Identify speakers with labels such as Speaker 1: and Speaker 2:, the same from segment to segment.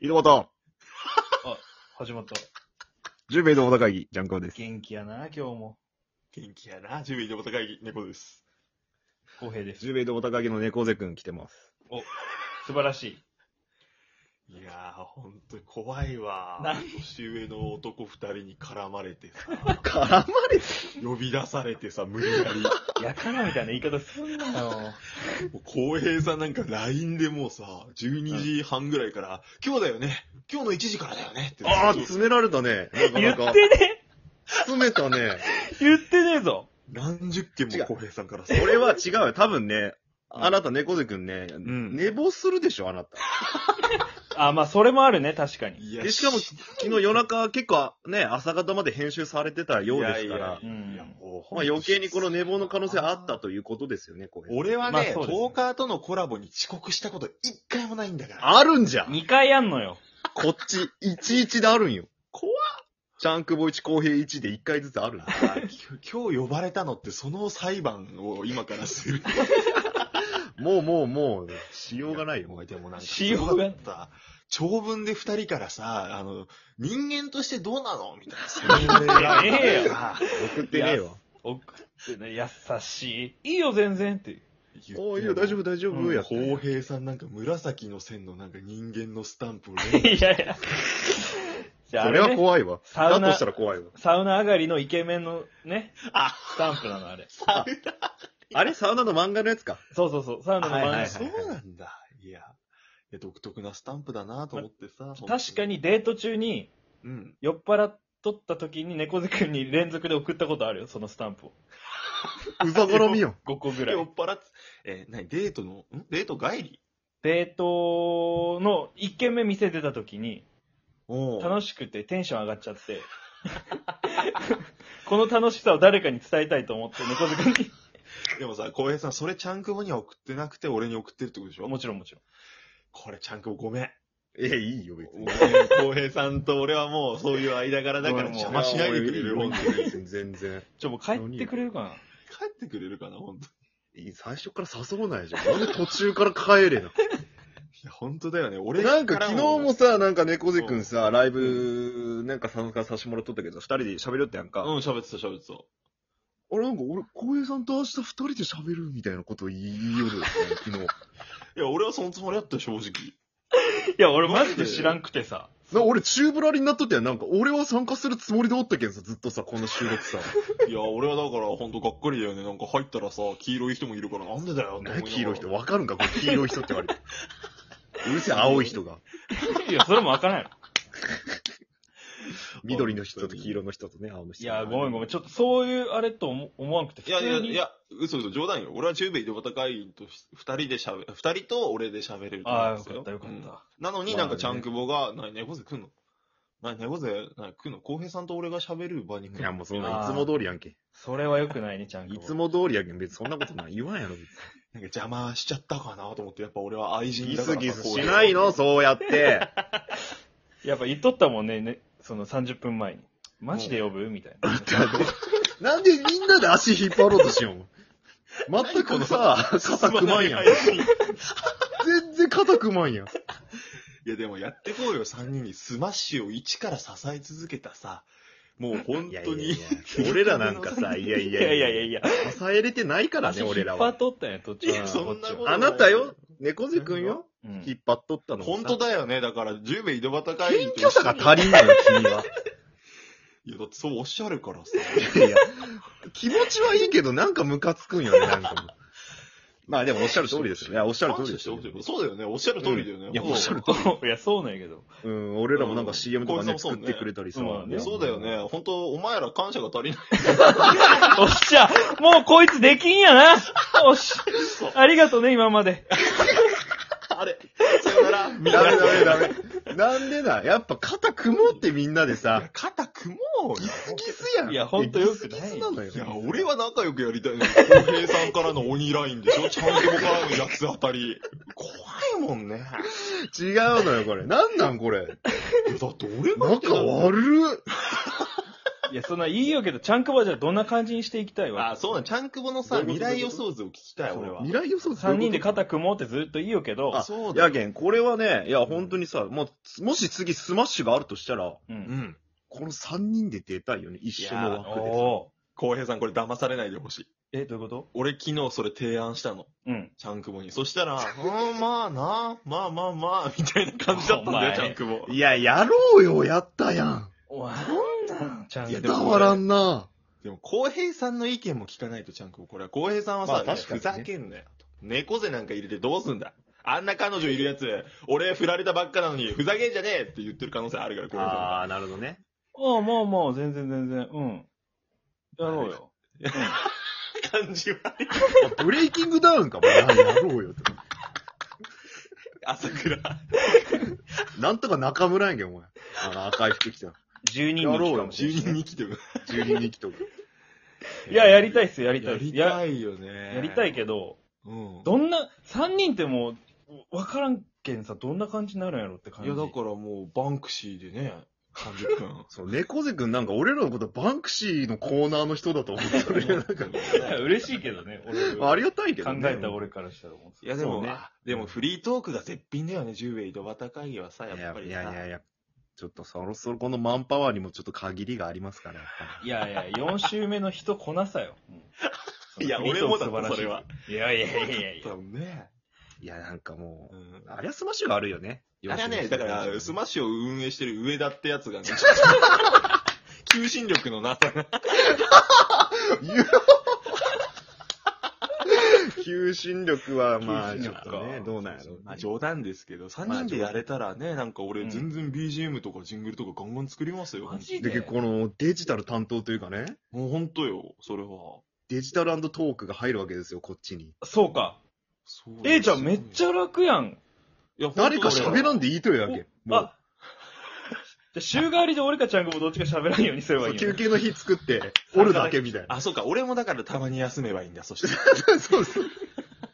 Speaker 1: 井戸端、
Speaker 2: 始まった。
Speaker 1: 10名井戸端会議、ジャンコです。
Speaker 2: 元気やな、今日も。
Speaker 3: 元気やな。準備でお互い猫です。
Speaker 2: 公平です。
Speaker 1: 10名井戸端会議の猫背くん来てます。
Speaker 2: 素晴らしい。
Speaker 3: いやー、ほんとに怖いわ
Speaker 2: な。
Speaker 3: 年上の男二人に絡まれてさ、
Speaker 1: 絡まれて
Speaker 3: 呼び出されてさ、無理やり。も
Speaker 2: やからみたいな言い方すんな よ。
Speaker 3: う浩平さんなんか LINE でもうさ、12時半ぐらいから、今日だよね。今日の1時からだよねって。
Speaker 1: ああ、
Speaker 3: ずっと
Speaker 1: 詰められたね。なか
Speaker 2: 言
Speaker 1: な
Speaker 2: っ
Speaker 1: か。
Speaker 2: てね
Speaker 1: 詰めたね。
Speaker 2: 言ってねえぞ
Speaker 3: 何十件も浩平さんからさ、
Speaker 1: 俺は違うよ。多分ね、あなた猫背くんね、
Speaker 3: ん
Speaker 1: 寝坊するでしょ、あなた。
Speaker 2: あ、まあ、それもあるね、確かに。
Speaker 3: いや
Speaker 1: で、しかも、昨日夜中結構ね、朝方まで編集されてたようですから、
Speaker 3: いやいやいや
Speaker 2: うん
Speaker 3: もうほん
Speaker 1: まあ
Speaker 3: と
Speaker 1: 余計にこの寝坊の可能性あったということですよね、これ。
Speaker 3: 俺は
Speaker 2: まあ
Speaker 3: ね、
Speaker 2: そうですね
Speaker 3: トーカーとのコラボに遅刻したこと一回もないんだから。
Speaker 1: あるんじゃん
Speaker 2: 二回やんのよ。
Speaker 1: こっち、11であるんよ。
Speaker 3: 怖っ
Speaker 1: チャンクボ1、公平1で1回ずつあるんだ
Speaker 3: あーき今日呼ばれたのってその裁判を今からする。
Speaker 1: もうもうもう、しようがないよ。
Speaker 3: もうでもなんか、
Speaker 2: しようが
Speaker 3: だった。長文で二人からさ、あの、人間としてどうなのみたいな。そういうメールが
Speaker 2: ねえよ
Speaker 3: さ
Speaker 1: 送ってねえわ。
Speaker 2: 送ってね、優しい。いいよ、全然って。
Speaker 3: 言って
Speaker 1: おいいよ、大丈夫、大丈
Speaker 2: う
Speaker 1: 夫。
Speaker 2: ん
Speaker 1: やって
Speaker 3: 浩平さんなんか紫の線のなんか人間のスタンプを連
Speaker 2: い
Speaker 3: 打
Speaker 2: やいや。じゃあ、
Speaker 1: そ
Speaker 2: あ
Speaker 1: れ
Speaker 2: れ
Speaker 1: は
Speaker 2: ね、
Speaker 1: 怖いわ。
Speaker 2: サウ
Speaker 1: だ
Speaker 2: ナ
Speaker 1: としたら怖いわ。
Speaker 2: サウナ上がりのイケメンのね、
Speaker 3: あ
Speaker 2: スタンプなの、あれ。
Speaker 1: あれサウナの漫画のやつか。
Speaker 2: そうそうそう、サ ウナの
Speaker 1: はいはい
Speaker 2: 真
Speaker 1: は
Speaker 2: 似
Speaker 1: い
Speaker 3: そうなんだ。いや。いや独特なスタンプだなと思ってさ。
Speaker 2: 確か。にデート中に、
Speaker 3: うん。
Speaker 2: 酔っ払っとった時に猫背くんに連続で送ったことあるよ、そのスタンプを。
Speaker 1: うざ好みよ。
Speaker 2: 5個ぐら
Speaker 3: 酔
Speaker 2: い
Speaker 3: っ。払っ、えー、なに、デートの、んデート帰り
Speaker 2: デートの1軒目店出た時に、
Speaker 3: おう
Speaker 2: 楽しくてテンション上がっちゃって、 この楽しさを誰かに伝えたいと思って猫背くんに。
Speaker 3: でもさ、浩平さん、それちゃんくぼには送ってなくて、俺に送ってるってことでしょ
Speaker 2: もちろんもちろん。
Speaker 3: これちゃんくぼごめん。
Speaker 1: え、いいよ、別に。
Speaker 3: 浩平さんと俺はもうそういう間柄だから
Speaker 2: ごめんもう
Speaker 3: 邪魔しないでくれる、
Speaker 1: もう
Speaker 3: 本
Speaker 1: い
Speaker 3: 当
Speaker 1: いよ
Speaker 3: に。帰
Speaker 1: 別に全然。
Speaker 2: ちょ、もう帰ってくれるかな
Speaker 3: ってくれるかな、本当に。
Speaker 1: いい最初から誘わないじゃん。なんで途中から帰れな。
Speaker 3: いや、本当だよね。俺
Speaker 1: なんか昨日もさ、なんか猫背くんさ、ライブ
Speaker 3: う、
Speaker 1: なんか参加させてもらっとったけど、二人で喋るってやん
Speaker 3: う
Speaker 1: か。
Speaker 3: ん、喋ってた、喋ってた。
Speaker 1: あれ、なんか俺、浩平さんと明日二人で喋るみたいなこと言いよるよね、昨日。
Speaker 3: いや、俺はそのつもりだったよ、正直。
Speaker 2: いや、俺マジで知らんくてさ。
Speaker 1: な俺、中ぶらりになっとったやん。なんか、俺は参加するつもりでおったけんさ、ずっとさ、この収 録さ。
Speaker 3: いや、俺はだから、本当がっかりだよね。なんか入ったらさ、黄色い人もいるから、なんでだよ、
Speaker 1: 何黄色い人
Speaker 3: は。
Speaker 1: わかるんかこれ黄色い人って言わ れて。うるせえ、青い人が。
Speaker 2: いや、それもわからんやろ。
Speaker 1: 緑の人と黄色の人とね、青の人。
Speaker 2: いや、ごめんごめん。ちょっとそういうあれと思思わんくて、普
Speaker 3: いやいや、
Speaker 2: 通に。
Speaker 3: いや、嘘嘘、冗談よ。俺は中米井戸端会議とし二人で喋、二人と俺で喋れると
Speaker 2: ああ、
Speaker 3: 思う
Speaker 2: よ
Speaker 3: んです
Speaker 2: かったよか
Speaker 3: うん
Speaker 2: った。
Speaker 3: なのになんかちゃんくぼが、なに、猫背来んのなに、猫背、なに、来んの浩平さんと俺が喋る場に来んの
Speaker 1: いや、もうそんな、
Speaker 2: あ
Speaker 1: い
Speaker 2: ー
Speaker 1: つも通りやんけ。
Speaker 2: それは良くないね、ちゃんと。
Speaker 1: いつも通りやけん、別にそんなことない。言わんやろ、別
Speaker 3: なんか邪魔しちゃったかなと思って、やっぱ俺は愛
Speaker 1: に。
Speaker 3: 人
Speaker 1: ギ
Speaker 3: だか
Speaker 1: ス
Speaker 3: ら
Speaker 1: ギスしないの
Speaker 3: う。
Speaker 1: そうやって。
Speaker 2: やっぱ言っとったもんね、ねその30分前に。マジで呼ぶみたいな。
Speaker 1: なんでみんなで足引っ張ろうとしよん。全くさ、肩くまんやん。
Speaker 3: い
Speaker 1: 全然肩くまんやん。
Speaker 3: や、でもやってこうよ、三人にスマッシュを一から支え続けたさ、もう本
Speaker 1: いやい
Speaker 3: 当
Speaker 1: やい
Speaker 3: に
Speaker 1: や、俺らなんかさ、いやい
Speaker 2: い
Speaker 1: やい
Speaker 2: や
Speaker 1: や
Speaker 2: いやいやいや。
Speaker 1: 支えれてないからね、俺ら
Speaker 2: 引っ張
Speaker 1: は
Speaker 2: っ。とったんや、途中
Speaker 3: いやそんなこと
Speaker 1: あなたよ、猫背くんよ、
Speaker 2: うん
Speaker 1: 引っ張っとったの。
Speaker 3: 本当だよね。だから、十名井戸端会議
Speaker 1: 謙
Speaker 3: と一緒
Speaker 1: 虚
Speaker 3: に
Speaker 1: さが足りんのよ、君は。
Speaker 3: いや、だってそうおっしゃるから
Speaker 1: い
Speaker 3: さ。
Speaker 1: やいや、気持ちはいいけど、なんかムカつくんよね、なんかもう。まあでもおっしゃる通りですよ。いや、おっしゃる通りですよ。
Speaker 3: 感謝してほしいそうだよね。おっしゃる通りだよね。
Speaker 1: うんいやおっしゃる
Speaker 2: いや、そうなんやけ ど。
Speaker 1: うん、俺らもなんか CM とか
Speaker 3: う
Speaker 1: ね、
Speaker 3: んそう
Speaker 1: 作
Speaker 3: そう
Speaker 1: ってくれたりさ。
Speaker 2: うん
Speaker 1: ね
Speaker 3: そうだよね。。本当お前ら感謝が足りない。
Speaker 2: おっしゃ、もうこいつできんやな。おっしゃ、ありがとうね、今まで。
Speaker 3: あれさよなら。みん
Speaker 1: ダ
Speaker 3: な
Speaker 1: メダメダメ。なんでだやっぱ肩曇ってみんなで
Speaker 3: いや
Speaker 1: さ、
Speaker 3: 肩組もうよ。
Speaker 1: ギスやん。
Speaker 2: いやほんとよく
Speaker 1: ギ
Speaker 2: な
Speaker 1: ス
Speaker 2: い
Speaker 1: ギスなのよ。
Speaker 3: いや、俺は仲良くやりたいのに、浩平さんからの鬼ラインでしょちゃんと僕からのやつ当たり。怖いもんね。
Speaker 1: 違うのよ、これ。なんなんこれ。
Speaker 3: だって俺が
Speaker 1: 仲悪っ。
Speaker 2: いや、そんないいよけど、ちゃんくばじゃどんな感じにしていきたいわ。
Speaker 3: あ、そうなん、チャンクボの
Speaker 1: ど
Speaker 3: さ、
Speaker 1: ういうこと
Speaker 3: 未来予想図を聞きたい、俺は。
Speaker 1: 未来予想図
Speaker 2: 三人で肩組もうってずっといいよけど、
Speaker 1: あ
Speaker 3: そうだ
Speaker 1: や
Speaker 3: よ。
Speaker 1: けん、これはね、いや、本当にさ、もう、もし次スマッシュがあるとしたら、
Speaker 2: う。
Speaker 3: うんん。
Speaker 1: この3人で出たいよね、一緒の枠でさ。
Speaker 2: おー
Speaker 3: 浩平さん、これ騙されないでほしい。
Speaker 2: え、どういうこと
Speaker 3: 俺昨日それ提案したの。
Speaker 2: うん。
Speaker 3: チャンクボに。そしたら、うーん、まあな、まあまあまあ、みたいな感じだった
Speaker 2: お
Speaker 3: んだ
Speaker 2: 前
Speaker 3: よ、チャンクボ。
Speaker 1: いや、やろうよ、やったやん。
Speaker 2: なんだちゃん
Speaker 3: いや
Speaker 2: く
Speaker 3: で
Speaker 1: 伝
Speaker 3: も
Speaker 1: わらんな。
Speaker 3: でも、浩平さんの意見も聞かないと、ちゃんこ。これは、浩平さんはさ、
Speaker 1: まあ確かにね
Speaker 3: ふざけんなよ。猫背なんか入れてどうすんだあんな彼女いるやつ、俺振られたばっかなのに、ふざけんじゃねえって言ってる可能性あるから、浩平さんは。
Speaker 1: あ、なるほどね。
Speaker 2: ああ、まあまあ、全然全然。うん。やろうよ。
Speaker 3: 感じは。
Speaker 1: あ ブレイキングダウンか、もうやろうよって。
Speaker 3: 朝倉。
Speaker 1: なんとか中村やんけ、お前。あの赤い服着た。
Speaker 2: 10人
Speaker 1: やろうよ
Speaker 2: かもしれ
Speaker 3: 住
Speaker 2: ない
Speaker 3: 人に来てる。
Speaker 1: 住人に来とか。
Speaker 2: いや、やりたいっすよ、やりたい
Speaker 3: や
Speaker 2: っす。
Speaker 3: り
Speaker 2: や
Speaker 3: たいよね。
Speaker 2: やりたいけど、
Speaker 3: うん。
Speaker 2: どんな、3人ってもう、わからんけんさ、どんな感じになるんやろって感
Speaker 3: い
Speaker 2: じ。
Speaker 3: や、だからもう、バンクシーでね、30分。
Speaker 1: そう、猫背くんなんか俺らのことバンクシーのコーナーの人だと思ってたねなんか、
Speaker 2: いや嬉しいけどね、俺。
Speaker 1: まあありがたいけど
Speaker 2: 考
Speaker 1: ね。
Speaker 2: えた俺からしたらもう。
Speaker 3: いや、で
Speaker 1: そう
Speaker 3: も、
Speaker 1: ね
Speaker 3: あでもフリートークが絶品だよね、ジュウエイドバタ会議はさ、や
Speaker 1: いや
Speaker 3: っぱり
Speaker 1: い
Speaker 3: さ。
Speaker 1: やいやいや、ちょっとそろそろこのマンパワーにもちょっと限りがありますから、やっぱ
Speaker 2: いやいや、4週目の人こなさよ。もう
Speaker 3: いや俺もだ
Speaker 2: 素晴らしい
Speaker 3: それは。
Speaker 2: いやいやいやいやいや
Speaker 3: 多。分ね。
Speaker 1: り。いや、なんかも
Speaker 3: うん
Speaker 1: う、あれはスマッシュがあるよね。
Speaker 3: あれはね、だから、スマ
Speaker 1: ッ
Speaker 3: ッシュを運営してる上田ってやつがね、 求心力のなさが。
Speaker 1: シュ。求心力は、まあ、
Speaker 2: 求
Speaker 1: ち
Speaker 2: 心
Speaker 1: ょっ
Speaker 2: 力か
Speaker 1: とね、どうなんやろう
Speaker 3: まあ
Speaker 1: ね。
Speaker 3: 冗談ですけど、3人でやれたらね、なんか俺全然 BGM とかジングルとかガンガン作りますよ。
Speaker 2: マジ
Speaker 1: で、
Speaker 2: で
Speaker 1: このデジタル担当というかね、
Speaker 3: もう本当よ、それは。
Speaker 1: デジタルトークが入るわけですよ、こっちに。
Speaker 2: そうか。
Speaker 3: そう
Speaker 2: えいちゃんめっちゃ楽やん。
Speaker 3: ゃ
Speaker 1: 誰か喋らん
Speaker 3: で
Speaker 1: でいいとやけん。
Speaker 2: お
Speaker 1: もう
Speaker 2: あ、じゃあ週替わりで俺かちゃんがもどっちか喋らんようにすれば
Speaker 1: そ、
Speaker 2: いいう
Speaker 1: 休
Speaker 2: よね。
Speaker 1: 憩の日作って、おるだけみたいな。
Speaker 3: あ、そうか、俺もだからたまに休めばいいんだ、 そして。
Speaker 1: そうそう。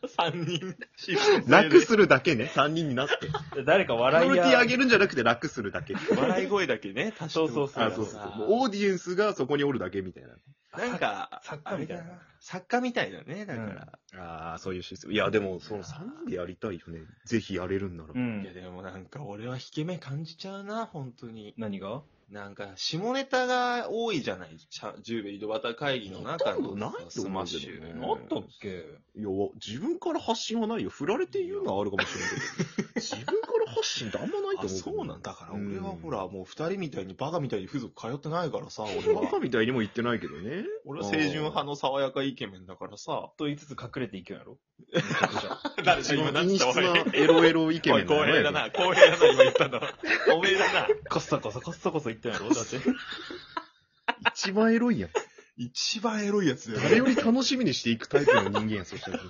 Speaker 3: 3人。
Speaker 1: 楽するだけね、3人になって。
Speaker 2: 誰
Speaker 1: ク
Speaker 2: か
Speaker 1: オ
Speaker 2: 笑い
Speaker 1: リティ
Speaker 2: や
Speaker 1: 上。げるんじゃなくて楽するだけ。
Speaker 3: 笑い声だけね、足しても
Speaker 2: そうそう
Speaker 1: あ、そうそうそう。もうオーディエンスがそこにおるだけみたいな。
Speaker 3: なんか、
Speaker 2: 作家みたいな
Speaker 3: あれだ。作家みたいだね、だから。
Speaker 1: ああ、そういうシステム。いや、でも、その3人でやりたいよね。ぜひやれるんなら。
Speaker 2: う
Speaker 3: いや
Speaker 2: ん。
Speaker 3: でもなんか俺は引け目感じちゃうな、本当に。
Speaker 2: 何が
Speaker 3: なんか、下ネタが多いじゃないちゃ十兵衛井戸端会議の
Speaker 1: ほ
Speaker 3: 中
Speaker 1: とんど
Speaker 3: の
Speaker 1: ないと
Speaker 3: ス
Speaker 1: 思
Speaker 3: マ
Speaker 1: う
Speaker 3: ッ
Speaker 1: けどね
Speaker 3: シュ。
Speaker 1: うん
Speaker 2: あったっけ
Speaker 1: いや、自分から発信はないよ。振られて言うのはあるかもしれないけど。自分から発信ってあんまないと思
Speaker 3: あ
Speaker 1: う。
Speaker 3: そうなんだから、俺はほ
Speaker 1: うん、
Speaker 3: ら、もう二人みたいにバカみたいに風俗通ってないからさ、俺
Speaker 1: バカ
Speaker 3: は。
Speaker 1: みたいにも言ってないけどね。
Speaker 3: 俺は清純派の爽やかイケメンだからさ。
Speaker 2: と言いつつ隠れていけんや ろ
Speaker 3: 誰
Speaker 1: その陰
Speaker 3: つ
Speaker 1: 湿なエロエロイケ
Speaker 3: お
Speaker 1: メ
Speaker 3: い、
Speaker 1: ン
Speaker 3: 公
Speaker 1: よね
Speaker 3: 平だな、公平だな、今言ったの。おめえだな。
Speaker 2: カッサカサカッサカサ言ったんやろだって。
Speaker 1: 一番エロいやん。
Speaker 3: 一番エロいやつだ
Speaker 1: 誰
Speaker 3: よね。
Speaker 1: より楽しみにしていくタイプの人間や、そしたら。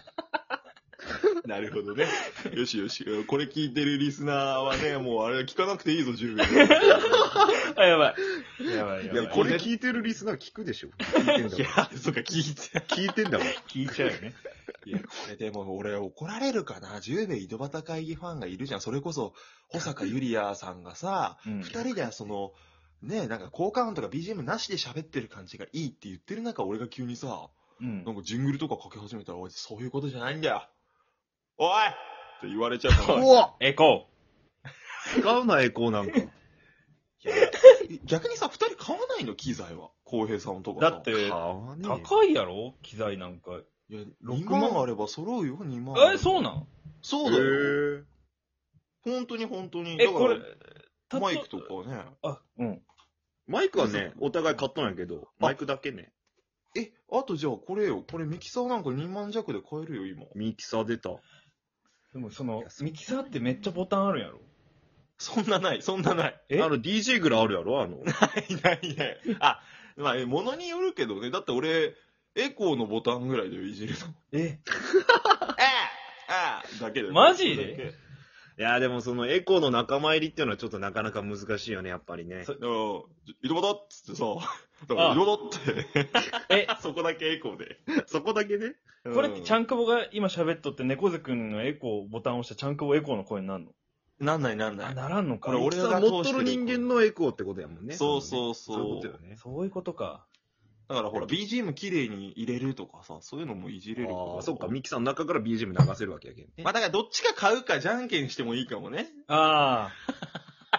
Speaker 3: なるほどね。よしよし。これ聞いてるリスナーはね、もうあれ聞かなくていいぞ、 十兵衛。
Speaker 2: あ、やばい。やばい、や
Speaker 1: い
Speaker 2: ば
Speaker 1: や、
Speaker 2: い。
Speaker 1: これ聞いてるリスナー聞くでしょ。聞いてんだ
Speaker 3: いや
Speaker 1: か、
Speaker 3: そうか、聞いて。
Speaker 1: ら。聞いてんだから。
Speaker 2: 聞いちゃうよね。
Speaker 3: いや、これでも俺怒られるかな。10年井戸端会議ファンがいるじゃん。それこそ、保坂ゆりやさんがさ、
Speaker 2: うん
Speaker 3: 二人でその、ねえ、なんか効果音とか BGM なしで喋ってる感じがいいって言ってる中、俺が急にさ、
Speaker 2: うん
Speaker 3: なんかジングルとかかけ始めたら、おい、そういうことじゃないんだよ。おいって言われちゃうから。
Speaker 1: うわ
Speaker 2: エコ
Speaker 1: 使うな、エコーなんか。
Speaker 3: いや逆にさ、二人買わないの機材は。浩平さんと
Speaker 2: ー
Speaker 3: かさ
Speaker 2: だって、
Speaker 1: わねえよ
Speaker 2: 高いやろ機材なんか。
Speaker 3: いや、
Speaker 1: 六
Speaker 3: 6
Speaker 1: 万
Speaker 3: 万あれば揃うよ、2万。
Speaker 2: え、そう
Speaker 3: の
Speaker 2: なん
Speaker 3: そうだよ。
Speaker 1: へ
Speaker 3: 本当に本当に。
Speaker 2: え、
Speaker 3: だから
Speaker 2: これ、たと
Speaker 3: マイクとかね。
Speaker 2: あ、うん。
Speaker 1: ーマイクはね、お互い買ったんやけど、マイクだけね。
Speaker 3: え、あとじゃあこれよ。これミキサーなんか2万弱で買えるよ、今。
Speaker 1: ミキサー出た。
Speaker 2: でもその、ミキサーってめっちゃボタンあるんやろ
Speaker 3: そんなない、そんなない。
Speaker 2: え
Speaker 1: あの、DJ ぐらいあるやろ あの、
Speaker 3: ないないない。あ、まあ、え物によるけどね。だって俺、エコーのボタンぐらいでいじるの。
Speaker 2: え、
Speaker 3: ああああだけだよ。
Speaker 2: マジ
Speaker 3: それだけ
Speaker 1: いや、でもそのエコーの仲間入りっていうのはちょっとなかなか難しいよね、やっぱりね。
Speaker 2: そ
Speaker 3: だから、井戸端っつってさ、だから
Speaker 2: あ
Speaker 3: 井戸端って、
Speaker 2: え、
Speaker 3: そこだけエコーで。
Speaker 1: そこだけね。
Speaker 2: これってちゃ
Speaker 3: ん
Speaker 2: んくぼが今喋っとって猫背くんのエコーボタンを押したちゃんくぼエコーの声になるの
Speaker 3: なんないなんな
Speaker 2: あ
Speaker 3: い。
Speaker 2: ならんのか
Speaker 3: これ。俺が
Speaker 1: 持っとる人間のエコーってことやもんね。
Speaker 3: そうそうそう
Speaker 1: そういうことよね。
Speaker 2: そういうことか。
Speaker 3: だからほら、BGM 綺麗に入れるとかさ、そういうのもいじれるら
Speaker 1: ああ、そっか、ミキさんの中から BGM 流せるわけやけんね
Speaker 3: まあだからどっちが買うかじゃんけんしてもいいかもね。
Speaker 2: あ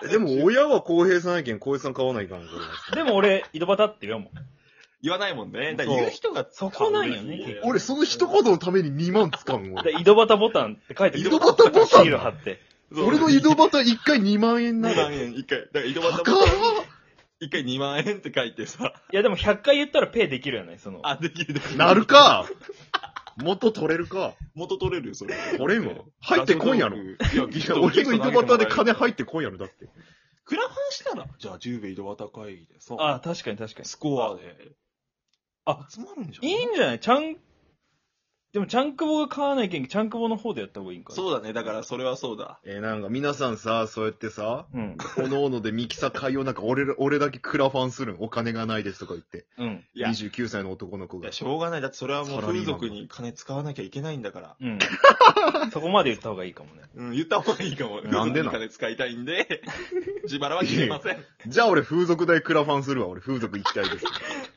Speaker 1: でも親は浩平さんやけん、浩平さん買わないかんこれは。
Speaker 2: あ。でも俺、井戸端って言うもん。
Speaker 3: 言わないもんね。だから言う人が
Speaker 2: そうそこなんよね
Speaker 3: 買うべきで
Speaker 2: 結
Speaker 1: 俺、その一言のために2万使うもん。
Speaker 2: で井戸端ボタンって書いて
Speaker 1: 井戸端ボタン
Speaker 2: シール貼って。
Speaker 3: そう
Speaker 1: 俺の井戸端1回2万円な
Speaker 3: 2
Speaker 1: の
Speaker 3: 万。円、一回。だから井戸端
Speaker 1: 高っ
Speaker 3: 一回2万円って書いてさ、
Speaker 2: いやでも100回言ったらペイできるよね、その。
Speaker 3: あ、できるでき
Speaker 1: なるか元取れるか
Speaker 3: 元取れるよ、それ。
Speaker 1: 取れんわ。入ってこんやろ。
Speaker 3: い
Speaker 1: い
Speaker 3: や、ギフ
Speaker 1: や、
Speaker 3: ト
Speaker 1: 俺の井戸端で金入
Speaker 3: っ
Speaker 1: ってこんやろ、だって。
Speaker 3: クラファンしたら、じゃあ10名井戸端会議でさ、
Speaker 2: ああ、確かに確かに。
Speaker 3: スコアで。
Speaker 2: あ、
Speaker 3: 集まるんじゃん。
Speaker 2: いいんじゃないちゃん、でもちゃんくぼが買わないけん、ちゃんくぼの方でやった方がいいんかな。う。
Speaker 3: そうだね、だからそれはそうだ。
Speaker 1: えー、なんか皆さんさ、そうやってさ、
Speaker 2: うん。
Speaker 1: おのおのでミキサー買いをなんか俺ら、俺だけクラファンするん、お金がないですとか言って。
Speaker 2: うん。
Speaker 3: いや、い
Speaker 1: 29歳の男の子が
Speaker 3: や、。しょうがない。だってそれはもう
Speaker 1: サラリ
Speaker 3: 風
Speaker 1: ーマン
Speaker 3: 俗に金使わなきゃいけないんだから。
Speaker 2: うん。 そこまで言った方がいいかもね。
Speaker 3: うん、言った方がいいかも。
Speaker 1: なんでなん
Speaker 3: 風俗に金使いたいんで、 自腹は切れません。
Speaker 1: じゃあ俺風俗代クラファンするわ、俺風俗行きたいです。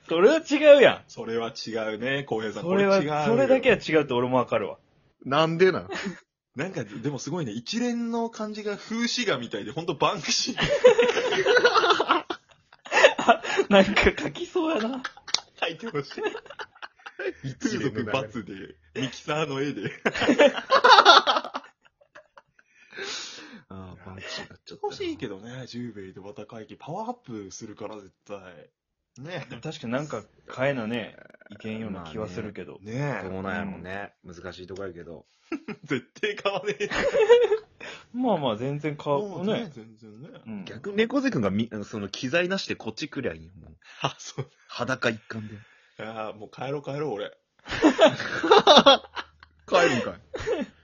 Speaker 2: それは違うや
Speaker 3: それは違うね、浩平
Speaker 2: ん。
Speaker 3: さん。
Speaker 2: それ
Speaker 3: こ
Speaker 2: は、
Speaker 3: 違うよ
Speaker 2: それだけは違うって俺もわかるわ。
Speaker 1: なんでなん
Speaker 3: なんか、でもすごいね、一連の感じが風刺画みたいで、ほんとバンクシー。
Speaker 2: なんか書きそうやな。
Speaker 3: 書いてほしい。風俗罰で、ミキサーの絵で。
Speaker 1: ああ、バンクシーになっちゃった。
Speaker 3: 欲しいけどね、10ベイでまた会議、パワーアップするから絶対。ね
Speaker 2: でも確かになんか変えなね、いけんような気はするけど。
Speaker 3: え。ねえ。
Speaker 1: もないもんね。難しいとこやけど。
Speaker 3: 絶対買わねえ。
Speaker 2: まあまあ全然変わ
Speaker 3: も
Speaker 2: る
Speaker 3: う
Speaker 2: ね。
Speaker 3: 全然ね。
Speaker 2: うん。
Speaker 1: 逆に猫背くんがみ、その機材なしでこっちくりゃいいよ。もう
Speaker 3: あ、そう。
Speaker 1: 裸一貫で。
Speaker 3: いやーもう帰ろう帰ろう、俺。
Speaker 1: 帰るんかい。